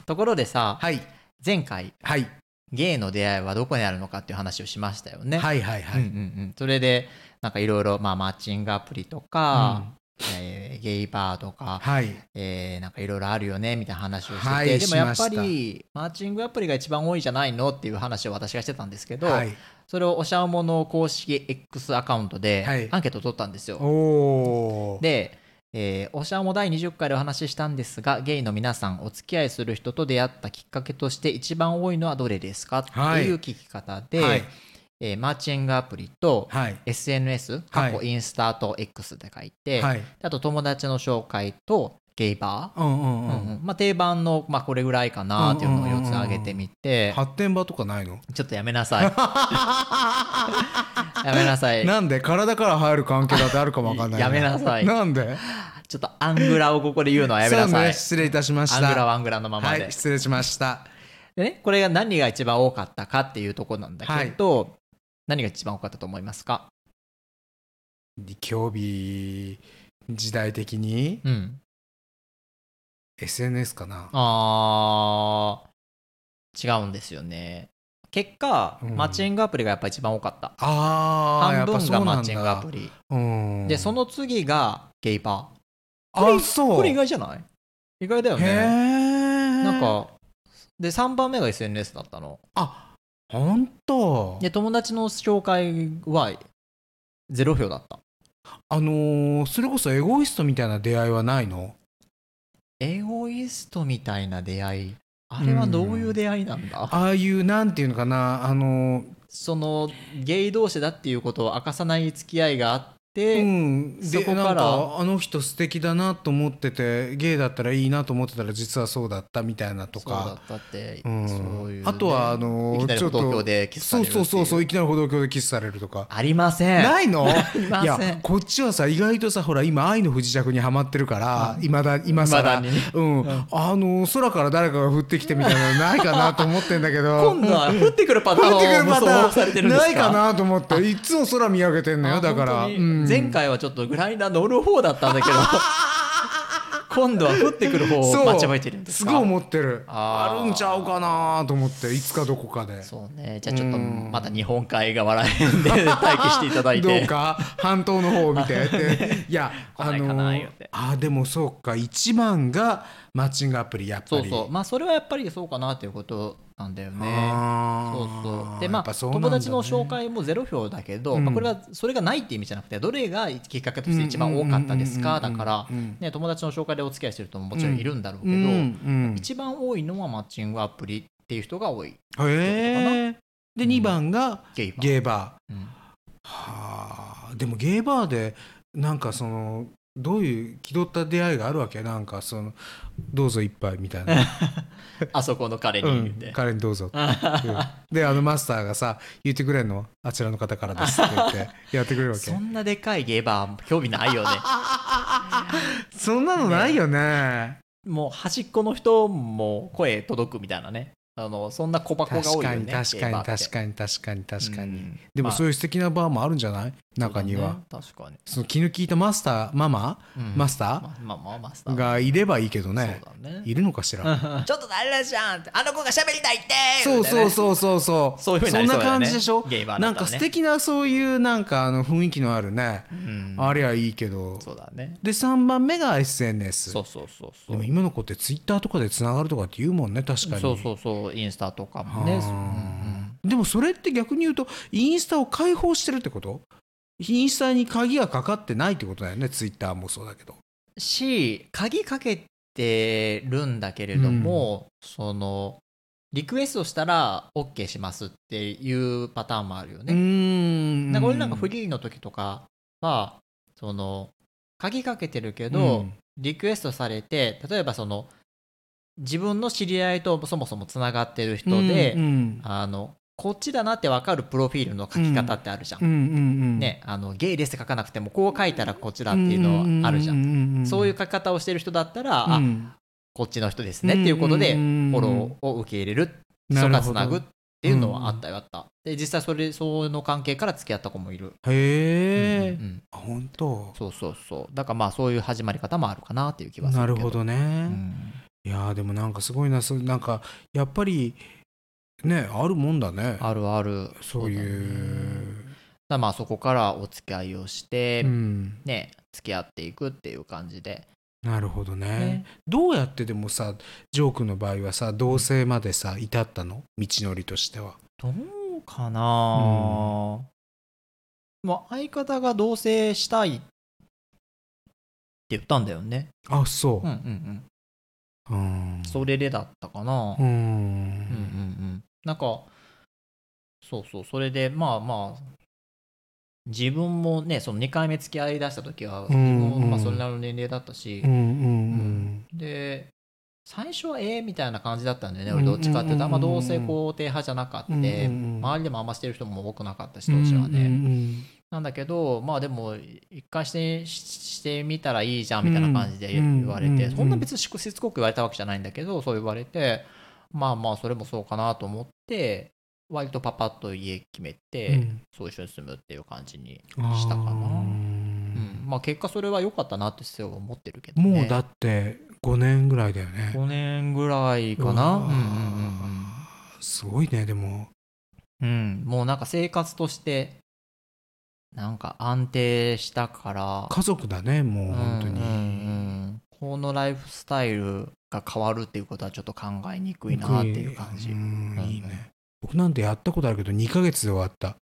Speaker 1: ところでさ、
Speaker 2: はい
Speaker 1: 前回
Speaker 2: はい
Speaker 1: ゲイの出会いはどこにあるのかっていう話をしましたよね。
Speaker 2: はいはいは
Speaker 1: うん
Speaker 2: い
Speaker 1: うんうん、それでなんかいろいろまあマッチングアプリとか、えーゲイバーとか、
Speaker 2: はい
Speaker 1: えーなんかいろいろあるよねみたいな話をしてて、
Speaker 2: はい
Speaker 1: でもやっぱ
Speaker 2: しま
Speaker 1: りマッチングアプリが一番多いじゃないのっていう話を私がしてたんですけど、
Speaker 2: はい
Speaker 1: それをおしゃおもの公式 X アカウント
Speaker 2: は
Speaker 1: で
Speaker 2: い
Speaker 1: アンケートを取ったんですよ。
Speaker 2: おおー
Speaker 1: で、えーおしゃおも第20回でお話ししたんですがゲイの皆さんお付き合いする人と出会ったきっかけとして一番多いのはどれですかって
Speaker 2: はい
Speaker 1: いう聞き方で、
Speaker 2: はい
Speaker 1: えーマーチングアプリと
Speaker 2: はい
Speaker 1: SNS 過去インスタと X で書いて、
Speaker 2: はい
Speaker 1: あと友達の紹介とゲイバー、
Speaker 2: うんうんう
Speaker 1: うん
Speaker 2: ん
Speaker 1: うんまあ、定番の、まあ、これぐらいかなっていうのを4つ挙げてみて、
Speaker 2: 発展場とか
Speaker 1: [laughs]
Speaker 2: ないの
Speaker 1: ちょっとやめなさいやめなさい
Speaker 2: なんで体から入る関係だってあるかもわかんない
Speaker 1: やめなさい
Speaker 2: なんで
Speaker 1: ちょっとアングラをここで言うのはやめな
Speaker 2: そう
Speaker 1: さい、
Speaker 2: ね失礼いたしまし
Speaker 1: アングラ
Speaker 2: た
Speaker 1: はアングラのまま
Speaker 2: は
Speaker 1: で,、
Speaker 2: い失礼しました
Speaker 1: でねこれが何が一番多かったかっていうところなんだけど、何が一番多かったと思いますか
Speaker 2: 興味時代的に
Speaker 1: うん
Speaker 2: SNS かな
Speaker 1: あー違うんですよね結果、
Speaker 2: うん
Speaker 1: マッチングアプリがやっぱ一番多かった
Speaker 2: あーや
Speaker 1: 半
Speaker 2: っぱ
Speaker 1: 分
Speaker 2: そ
Speaker 1: が
Speaker 2: う
Speaker 1: マ
Speaker 2: な
Speaker 1: ッ
Speaker 2: ん
Speaker 1: チングアプ
Speaker 2: だ
Speaker 1: リ
Speaker 2: うん
Speaker 1: でその次がゲイバー
Speaker 2: あそう
Speaker 1: これ意外じゃない意外だよ
Speaker 2: へ
Speaker 1: ね
Speaker 2: え
Speaker 1: なんかで3番目が SNS だったの
Speaker 2: あ本当
Speaker 1: で友達の紹介は0票だった
Speaker 2: あのーそれこそエゴイストみたいな出会いはないの
Speaker 1: エゴイストみたいな出会いあれはどういう出会いなんだ、
Speaker 2: ああいうなんていうのかなあの
Speaker 1: そのゲイ同士だっていうことを明かさない付き合いがあっ
Speaker 2: ーう
Speaker 1: て、
Speaker 2: んで
Speaker 1: そこから
Speaker 2: なんかあの人素敵だなと思っててゲイだったらいいなと思ってたら実はそうだったみたいなと
Speaker 1: そうだ
Speaker 2: か
Speaker 1: ったって、
Speaker 2: うん
Speaker 1: そういうね、
Speaker 2: あとはあのー
Speaker 1: いきなり
Speaker 2: ちょっと
Speaker 1: 東京でキスさ
Speaker 2: そ
Speaker 1: れ
Speaker 2: う
Speaker 1: るって
Speaker 2: そ
Speaker 1: いう
Speaker 2: そうそういきなり歩道橋でキスされるとか
Speaker 1: ありません
Speaker 2: な
Speaker 1: [laughs]
Speaker 2: いの
Speaker 1: ありま
Speaker 2: い
Speaker 1: せ
Speaker 2: や
Speaker 1: ん
Speaker 2: こっちはさ意外とさほら今愛の不時着にはまってるからいまだ今さ
Speaker 1: 未だに
Speaker 2: うん、あの空から誰かが降ってきてみたいなのないかなと思ってんだけど
Speaker 1: [laughs] 今度は降ってくるパターン
Speaker 2: 降
Speaker 1: を
Speaker 2: ってくる
Speaker 1: 無
Speaker 2: パタ
Speaker 1: 双されて
Speaker 2: ー
Speaker 1: る
Speaker 2: ン
Speaker 1: んですか
Speaker 2: ないかなと思っていつも空見上げてんの
Speaker 1: あ
Speaker 2: よだから、
Speaker 1: 本当に
Speaker 2: うん
Speaker 1: 前回はちょっとグライダー乗る方だったんだけ
Speaker 2: [laughs]
Speaker 1: ど今度は降ってくる方
Speaker 2: そ
Speaker 1: を
Speaker 2: う
Speaker 1: 待ちわえてるんです
Speaker 2: す
Speaker 1: か
Speaker 2: ごい思ってる
Speaker 1: あ
Speaker 2: あ
Speaker 1: ー
Speaker 2: るんちゃうかなと思っていつかどこかで
Speaker 1: そうねじゃあちょっと
Speaker 2: うん
Speaker 1: また日本海側らへんで待機していただいて
Speaker 2: どうか半島の方を
Speaker 1: [laughs]
Speaker 2: 見てっていや
Speaker 1: 来ないかな言うて
Speaker 2: あでもそうか一番がマッチングアプリやっぱ
Speaker 1: そ
Speaker 2: り
Speaker 1: うそうまあそれはやっぱりそうかなっていうことなんだよねそう
Speaker 2: あ
Speaker 1: そ
Speaker 2: ー
Speaker 1: うで
Speaker 2: や
Speaker 1: ま
Speaker 2: っ
Speaker 1: あ
Speaker 2: ぱそうなんだ
Speaker 1: 友達の
Speaker 2: ね
Speaker 1: 紹介もゼロ票だけど、
Speaker 2: うん
Speaker 1: まあ、これはそれがないって意味じゃなくてどれがきっかけとして一番多かったですか
Speaker 2: うんう
Speaker 1: だ
Speaker 2: んうんうんう
Speaker 1: か
Speaker 2: ん
Speaker 1: ら、
Speaker 2: うん
Speaker 1: ね、友達の紹介でお付き合いしてる人ももちろんいるんだろうけ
Speaker 2: う
Speaker 1: ど、
Speaker 2: んうん
Speaker 1: 一番多いのはマッチングアプリっていう人が多い
Speaker 2: へえで
Speaker 1: うん
Speaker 2: 2番が
Speaker 1: ゲイバー
Speaker 2: ゲーバ
Speaker 1: うん
Speaker 2: ーはあでもゲーバーでなんかそのどういう気取った出会いがあるわけなんかそのどうぞ一杯みたいな、
Speaker 1: あそこの彼に
Speaker 2: う
Speaker 1: 言っ
Speaker 2: ん
Speaker 1: て、、
Speaker 2: 彼にどうぞっていうであのマスターがさ言ってくれんのはあちらの方からですって言
Speaker 1: [laughs]
Speaker 2: ってやってくれるわけ
Speaker 1: そんなでかいゲーバー興味ないよね
Speaker 2: そんなのないよね
Speaker 1: もう端っこの人も声届くみたいなねあのそんな小箱が
Speaker 2: 確
Speaker 1: 多いよ
Speaker 2: かに
Speaker 1: ね
Speaker 2: 確
Speaker 1: ゲ
Speaker 2: か
Speaker 1: イ
Speaker 2: に
Speaker 1: バーって
Speaker 2: 確かに確かに確かに、
Speaker 1: うん
Speaker 2: でも
Speaker 1: まあ
Speaker 2: そういう素敵なバーもあるんじゃない中には、
Speaker 1: そうだね確かに、
Speaker 2: その気の利いたマスターママ、
Speaker 1: うん
Speaker 2: マスタ
Speaker 1: まあまあまあマスタ
Speaker 2: ー
Speaker 1: ー
Speaker 2: がいればいいけどね
Speaker 1: そうだね
Speaker 2: いるのかしら、
Speaker 1: ちょっと誰だじゃんってあの子が喋りたいって
Speaker 2: そうそう
Speaker 1: う
Speaker 2: そうそうそう
Speaker 1: そういう風になりそうだよ
Speaker 2: そんな
Speaker 1: ね
Speaker 2: 感じでしょ
Speaker 1: ゲイバーだ
Speaker 2: な
Speaker 1: っ
Speaker 2: ん
Speaker 1: たらね
Speaker 2: か素敵なそういうなんかあの雰囲気のあるね、
Speaker 1: ん
Speaker 2: あれはいいけど
Speaker 1: そうだね
Speaker 2: で3番目が SNS
Speaker 1: そうそうそうそう
Speaker 2: でも今の子ってツイッターとかでつながるとかって言うもんね確かに
Speaker 1: そうそうそうインスタとかも
Speaker 2: あ
Speaker 1: ね
Speaker 2: ー
Speaker 1: うんうん
Speaker 2: でもそれって逆に言うとインスタを開放してるってことインスタに鍵がかかってないってことだよねツイッターもそうだけど
Speaker 1: し鍵かけてるんだけれども、そのリクエストしたら OK しますっていうパターンもあるよね、
Speaker 2: ん
Speaker 1: なんか俺なんかフリーの時とかはその鍵かけてるけど、
Speaker 2: うん
Speaker 1: リクエストされて例えばその自分の知り合いとそもそもつながってる人で、
Speaker 2: うんうん
Speaker 1: あのこっちだなって分かるプロフィールの書き方ってあるじゃん、
Speaker 2: うんうんうん
Speaker 1: ね、あのゲイですって書かなくてもこう書いたらこっちだっていうのはあるじゃん,、
Speaker 2: ん
Speaker 1: そういう
Speaker 2: こ
Speaker 1: 書き方をしてる人だったら、
Speaker 2: と
Speaker 1: あこっちの人ですねっていうことでフ
Speaker 2: フ
Speaker 1: ォローを受け入れる
Speaker 2: な
Speaker 1: そ
Speaker 2: る
Speaker 1: こ
Speaker 2: ほ
Speaker 1: が
Speaker 2: ど
Speaker 1: つなぐっっていうのはあったよあった、で実際それその関係から付き合った子もいる
Speaker 2: へえ、
Speaker 1: うんうん
Speaker 2: あ本当
Speaker 1: そうそうそうだからまあそういう始まり方もあるかなっていう気はする
Speaker 2: な
Speaker 1: けど
Speaker 2: るほどね、
Speaker 1: うん
Speaker 2: いやーでもなんかすごいなそうなんかやっぱりねあるもんだね
Speaker 1: あるある
Speaker 2: そうい
Speaker 1: だね
Speaker 2: う
Speaker 1: だからまあそこからお付き合いをして、
Speaker 2: うん、
Speaker 1: ね付き合っていくっていう感じで、
Speaker 2: なるほどね
Speaker 1: ね
Speaker 2: どうやってでもさジョー君の場合はさ同棲までさ至ったの道のりとしては
Speaker 1: どうかなあ、まあ相方が同棲したいって言ったんだよね
Speaker 2: あそ
Speaker 1: うんうんうん
Speaker 2: ううん
Speaker 1: それでだったかな、
Speaker 2: う
Speaker 1: うんうんう
Speaker 2: ん
Speaker 1: んなんかそうそうそれでまあまあ自分もねその2回目付き合いだした時は、
Speaker 2: うんうん
Speaker 1: 自分もまあ、それなりの年齢だったし
Speaker 2: うんう、ん
Speaker 1: で最初はええみたいな感じだったんだよね、
Speaker 2: うん
Speaker 1: 俺どっちかっていうとあんま
Speaker 2: うん
Speaker 1: 同性肯定派じゃなかった、
Speaker 2: うんうん
Speaker 1: 周りでもあんましてる人も多くなかったし
Speaker 2: うん
Speaker 1: 当時はね、
Speaker 2: ね
Speaker 1: なんだけどまあでも一貫してししてみたらいいじゃんみたいな感じで
Speaker 2: うん
Speaker 1: 言われて、
Speaker 2: うん
Speaker 1: そんな別にしつこく言われたわけじゃないんだけどそう言われてまあまあそれもそうかなと思って割とパパッと家決めて、そう一緒に住むっていう感じに、したかなうんまあ結果それは良かったなってすごい思ってるけどね
Speaker 2: もうだって5年ぐらいだよね
Speaker 1: 5年ぐらいかな
Speaker 2: う
Speaker 1: う
Speaker 2: わ
Speaker 1: んう
Speaker 2: ー
Speaker 1: んうん
Speaker 2: すごいねでも
Speaker 1: うん、うん、もうなんか生活としてなんか安定したから
Speaker 2: 家族だねもう本当に
Speaker 1: うんうんうんこのライフスタイルが変わるっていうことはちょっと考えにくいなっていう感じ、
Speaker 2: うん
Speaker 1: うん
Speaker 2: いいね僕なんてやったことあるけど2ヶ月で終わった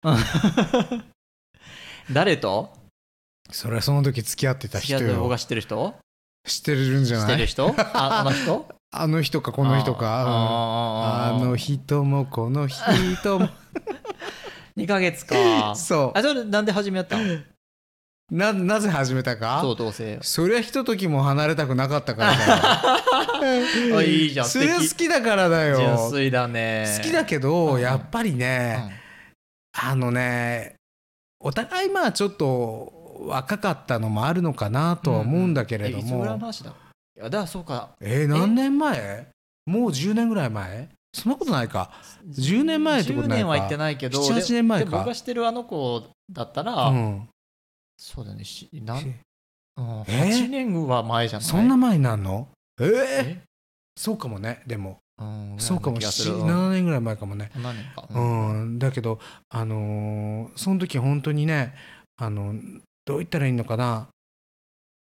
Speaker 1: 誰と
Speaker 2: それはその時付き合ってた
Speaker 1: 付き合
Speaker 2: 人
Speaker 1: ってる僕
Speaker 2: よ
Speaker 1: が知ってる人
Speaker 2: 知ってるんじ
Speaker 1: 知
Speaker 2: ゃ
Speaker 1: って
Speaker 2: な
Speaker 1: る
Speaker 2: い
Speaker 1: 人ああの人
Speaker 2: あの人 [laughs] かこの人かうん
Speaker 1: あ
Speaker 2: あの人もこの人も
Speaker 1: 2ヶ月
Speaker 2: [laughs]
Speaker 1: か
Speaker 2: そ
Speaker 1: [laughs] あそれなんで始めたの
Speaker 2: うななぜ始めたか
Speaker 1: そう同棲
Speaker 2: そりゃひとときも離れたくなかったからだ
Speaker 1: [laughs]
Speaker 2: よ
Speaker 1: あいいじゃん
Speaker 2: それは好
Speaker 1: 素
Speaker 2: きだからだよ
Speaker 1: 純粋だね
Speaker 2: 好きだけ
Speaker 1: う
Speaker 2: ど
Speaker 1: ん
Speaker 2: やっぱり
Speaker 1: うん
Speaker 2: ね、あのねお互いまあちょっと若かったのもあるのかなとは思うんだけれど
Speaker 1: えいつぐらいの
Speaker 2: も
Speaker 1: 話だいやだからそうか
Speaker 2: えー何年前もう10年ぐらい前そんなことないか10年前ってことない
Speaker 1: 10
Speaker 2: か
Speaker 1: 年は行ってないけど
Speaker 2: 7 8年前か
Speaker 1: でで僕が知ってるあの子だったら、
Speaker 2: うん
Speaker 1: そうだねしなん、うん、
Speaker 2: え
Speaker 1: 8年は前じゃない
Speaker 2: そんな前になんのえー
Speaker 1: え
Speaker 2: そうかもねでも
Speaker 1: うん
Speaker 2: そうかも
Speaker 1: 気がするうん
Speaker 2: 7年ぐらい前かもね
Speaker 1: 何年かう
Speaker 2: うんん、だけどあのーその時本当にねあのどう言ったらいいのかな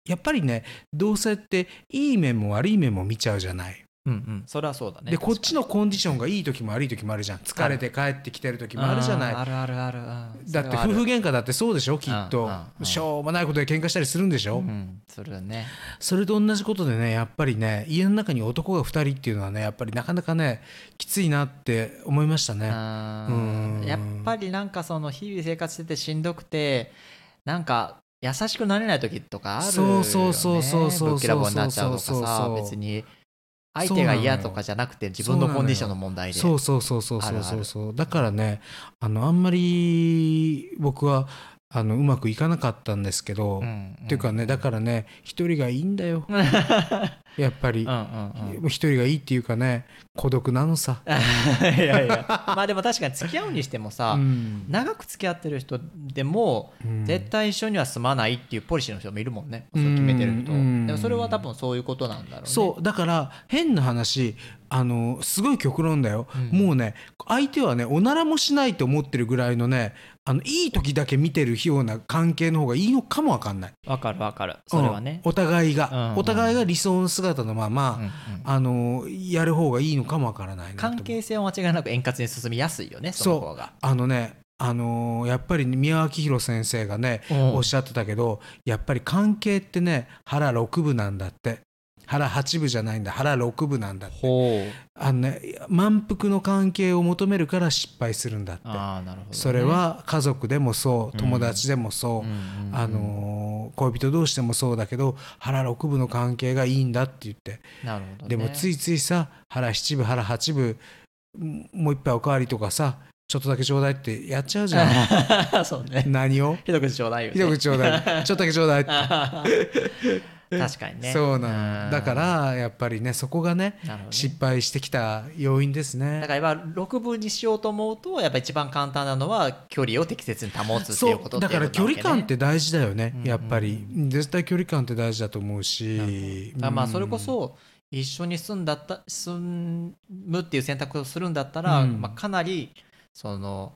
Speaker 2: やっぱりね同性っていい面も悪い面も見ちゃうじゃない
Speaker 1: うんうんそれはそうだね
Speaker 2: でこっちのコンディションがいい時も悪い時もあるじゃん疲れて帰ってきてる時もあるじゃない
Speaker 1: あるあるあるうん
Speaker 2: だって夫婦喧嘩だってそうでしょきっ
Speaker 1: うん
Speaker 2: と
Speaker 1: うんうん
Speaker 2: しょうもないことで喧嘩したりするんでしょ、
Speaker 1: うんそれはね
Speaker 2: それと同じことでねやっぱりね家の中に男が2人っていうのはねやっぱりなかなかねきついなって思いましたね
Speaker 1: うん
Speaker 2: うん
Speaker 1: やっぱりなんかその日々生活しててしんどくてなんか優しくなれない時とかあるよ、ね、
Speaker 2: そうそうそうそうそう
Speaker 1: ぶっきらぼうになっちゃうとか
Speaker 2: そうそうそう
Speaker 1: さ
Speaker 2: そう
Speaker 1: 別に相手が嫌とかじゃなくて自分のコンディションの問題で
Speaker 2: そうそうそうそうそう
Speaker 1: あ
Speaker 2: そ
Speaker 1: るあ
Speaker 2: う
Speaker 1: る
Speaker 2: そうだからねあのあんまり僕はあのうまくいかなかったんですけど、
Speaker 1: う
Speaker 2: っ
Speaker 1: ん
Speaker 2: ていうかねだからね一人がいいん
Speaker 1: [laughs]
Speaker 2: だよやっぱり
Speaker 1: うんうんうん
Speaker 2: 一人がいいっていうかね孤独なのさ、
Speaker 1: いやいや [laughs] まあでも確かに付き合うにしてもさ、
Speaker 2: うん
Speaker 1: 長く付き合ってる人でも
Speaker 2: うん
Speaker 1: 絶対一緒には住まないっていうポリシーの人もいるもんね、それ決めてる人、
Speaker 2: うん
Speaker 1: でもそれは多分そういうことなんだろうね
Speaker 2: そうだから変な話あのすごい極論だよ、
Speaker 1: うん
Speaker 2: もうね相手はねおならもしないと思ってるぐらいのねあのいい時だけ見てるような関係の方がいいのかもわかんない
Speaker 1: わかるわかるそれはね
Speaker 2: うん、お互いが、
Speaker 1: うん
Speaker 2: お互いが理想の姿のまま、
Speaker 1: うんうん
Speaker 2: あのやる方がいいのかもわからないなと思う
Speaker 1: 関係性は間違いなく円滑に進みやすいよねその方が
Speaker 2: あのねあのやっぱり宮脇弘先生がね
Speaker 1: うん
Speaker 2: おっしゃってたけどやっぱり関係ってね腹6分なんだって腹8分じゃないんだ腹6分なんだって
Speaker 1: ほう
Speaker 2: あのね満腹の関係を求めるから失敗するんだって、
Speaker 1: ああなるほどね、
Speaker 2: それは家族でもそ
Speaker 1: うん
Speaker 2: う友達でもそ
Speaker 1: う、
Speaker 2: う
Speaker 1: んうんうん
Speaker 2: あのー恋人同士でもそうだけど腹6分の関係がいいんだって言って
Speaker 1: なるほどね、
Speaker 2: でもつ
Speaker 1: い
Speaker 2: いついさ腹7分腹8分んもう一杯おかわりとかさちょっとだけちょうだいってやっちゃう
Speaker 1: [laughs]
Speaker 2: じゃ
Speaker 1: [laughs] そうね
Speaker 2: ん何を
Speaker 1: ひどくちょうだいよ、ね、
Speaker 2: ひどくちょうだいちょっとだけちょうだいって
Speaker 1: あー [laughs] 確かにね
Speaker 2: そうなんんだからやっぱりねそこがね
Speaker 1: なるほどね
Speaker 2: 失敗してきた要因ですね
Speaker 1: だから今6分にしようと思うとやっぱ一番簡単なのは距離を適切に保つっていうこと
Speaker 2: そうだから
Speaker 1: ってい
Speaker 2: 距
Speaker 1: うこ
Speaker 2: 離
Speaker 1: となわけ
Speaker 2: 感
Speaker 1: ね
Speaker 2: って大事だよね、
Speaker 1: うんうん
Speaker 2: やっぱり絶対距離感って大事だと思う
Speaker 1: な
Speaker 2: し
Speaker 1: だからまあそれこ
Speaker 2: うん
Speaker 1: そ一緒に住んだった住むっていう選択をするんだったら、
Speaker 2: うん
Speaker 1: まあ、かなりその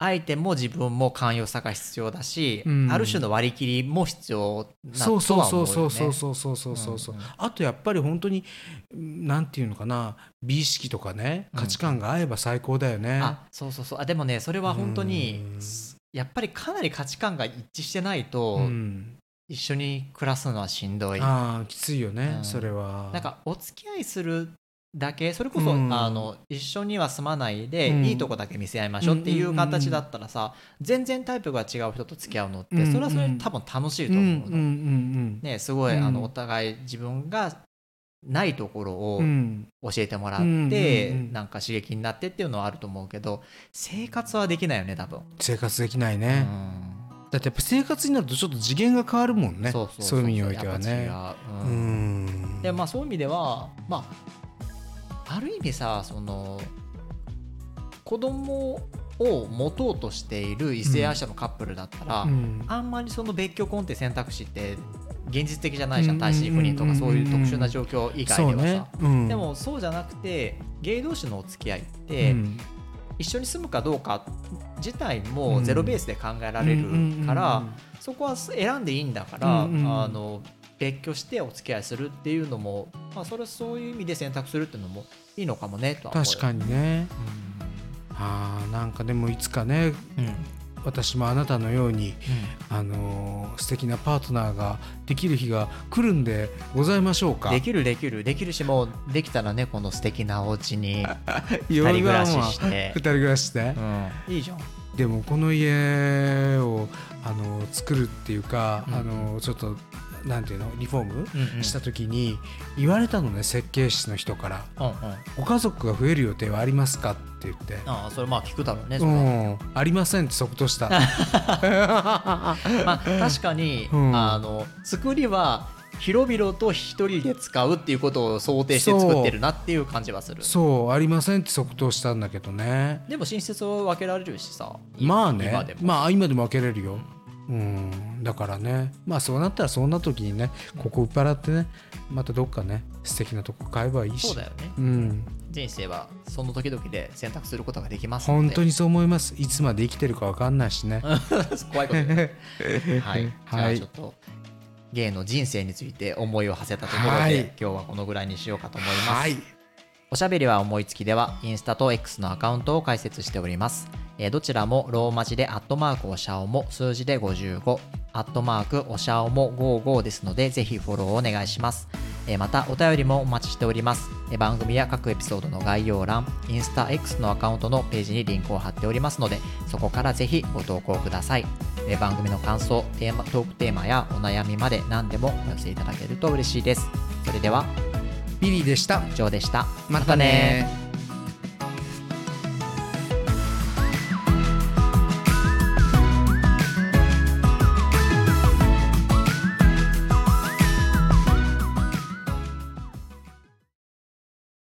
Speaker 1: 相手も自分も寛容さが必要だし、
Speaker 2: うん
Speaker 1: ある種の割り切りも必要なと
Speaker 2: そうそう
Speaker 1: は思
Speaker 2: そう
Speaker 1: よ、ね、
Speaker 2: うそうそうそうそうそうそう
Speaker 1: うんうん
Speaker 2: あとやっぱり本当になんていうのかな美意識とかね価値観が合えば最高だよね、
Speaker 1: あそうそうそうあでもねそれは本当に
Speaker 2: うん
Speaker 1: やっぱりかなり価値観が一致してないと、
Speaker 2: うん
Speaker 1: 一緒に暮らすのはしんどい
Speaker 2: あーきついよね、
Speaker 1: うん
Speaker 2: それは
Speaker 1: なんかお付き合いするだけそれこそ、
Speaker 2: うん
Speaker 1: あの一緒には住まないで、
Speaker 2: うん
Speaker 1: いいとこだけ見せ合いましょうっていう形だったらさ、全然タイプが違う人と付き合うのって、
Speaker 2: うん
Speaker 1: それはそれで多分楽しい
Speaker 2: うん
Speaker 1: と
Speaker 2: う
Speaker 1: 思
Speaker 2: ん
Speaker 1: う
Speaker 2: う
Speaker 1: の、
Speaker 2: ん
Speaker 1: ね、すごい、
Speaker 2: うん
Speaker 1: あのお互い自分がないところ
Speaker 2: う
Speaker 1: を
Speaker 2: んうん
Speaker 1: 教えてもらっ
Speaker 2: うんうん
Speaker 1: て、
Speaker 2: うん
Speaker 1: なんか刺激になってっていうのはあると思うけど生活はできないよね多分、
Speaker 2: 生活できないうね、
Speaker 1: ん
Speaker 2: だってやっぱ生活になるとちょっと次元が変わるもんね
Speaker 1: そ
Speaker 2: そうう
Speaker 1: そう
Speaker 2: いう意味においてはね
Speaker 1: やっぱ違う
Speaker 2: う
Speaker 1: うん
Speaker 2: ん
Speaker 1: でまあそういう意味ではまあある意味さその子供を持とうとしている異性愛者のカップルだったら、
Speaker 2: うん
Speaker 1: あんまりその別居婚って選択肢って現実的じゃないじゃん
Speaker 2: うん
Speaker 1: 単身赴任とか
Speaker 2: うん
Speaker 1: そういう特殊な状況以外
Speaker 2: そ
Speaker 1: で
Speaker 2: う
Speaker 1: は
Speaker 2: ね
Speaker 1: さ。、
Speaker 2: うん、
Speaker 1: でもそうじゃなくてゲイ同士のお付き合いって、
Speaker 2: うん、
Speaker 1: 一緒に住むかどうか自体も
Speaker 2: うん
Speaker 1: ゼロベースで考えられるから、そこは選んでいいんだから、
Speaker 2: うんうん
Speaker 1: あの別居してお付き合いするっていうのも、まあ、それはそういう意味で選択するっていうのもいいのかもねとは思う
Speaker 2: 確か
Speaker 1: に、
Speaker 2: にねあーなんかでもいつかね
Speaker 1: うんうん
Speaker 2: 私もあなたのようにあのー素敵なパートナーができる日が来るんでございましょうか
Speaker 1: できるできるできるしもうできたらねこの素敵なお家に
Speaker 2: 余
Speaker 1: 二人
Speaker 2: 談
Speaker 1: 暮
Speaker 2: は
Speaker 1: らしして
Speaker 2: 二人暮らしして
Speaker 1: う、んいいじゃん
Speaker 2: でもこの家をあのー作るっていうか、
Speaker 1: うん
Speaker 2: あのーちょっとなんていうのリフォーム、
Speaker 1: うんうん
Speaker 2: した時に言われたのね設計士の人から
Speaker 1: うんうん
Speaker 2: 「ご家族が増える予定はありますか?」って言って
Speaker 1: ああそれまあ聞くだろうね
Speaker 2: 「
Speaker 1: そうれは
Speaker 2: んありません」って即答し
Speaker 1: [laughs]
Speaker 2: た。
Speaker 1: まあ確かに、
Speaker 2: うん
Speaker 1: あの作りは広々と一人で使うっていうことを想定して作ってるなっていう感じはする
Speaker 2: そうありませんって即答したんだけどね
Speaker 1: でも寝室を分けられるしさ
Speaker 2: まあね
Speaker 1: 今でも
Speaker 2: まあ今でも開けれるようんだからねまあそうなったらそんな時にねここ売っ払ってねまたどっかね素敵なとこ買えばいいし
Speaker 1: そうだよね
Speaker 2: うん
Speaker 1: 人生はその時々で選択することができますので
Speaker 2: 本当にそう思いますいつまで生きてるか分かんないしね
Speaker 1: 怖いこと言
Speaker 2: [laughs]
Speaker 1: うはい、
Speaker 2: はい
Speaker 1: じゃあちょっと芸の人生について思いを馳せたところで、
Speaker 2: はい
Speaker 1: 今日はこのぐらいにしようかと思います、
Speaker 2: はい
Speaker 1: おしゃべりは思いつきではインスタと X のアカウントを開設しておりますえーどちらもローマ字でアットマークおしゃおも数字で55アットマークおしゃおも55ですのでぜひフォローお願いしますえーまたお便りもお待ちしておりますえー番組や各エピソードの概要欄インスタ X のアカウントのページにリンクを貼っておりますのでそこからぜひご投稿くださいえー番組の感想テーマトークテーマやお悩みまで何でもお寄せいただけると嬉しいですそれでは
Speaker 2: ビリーでした
Speaker 1: 以上でした
Speaker 2: またね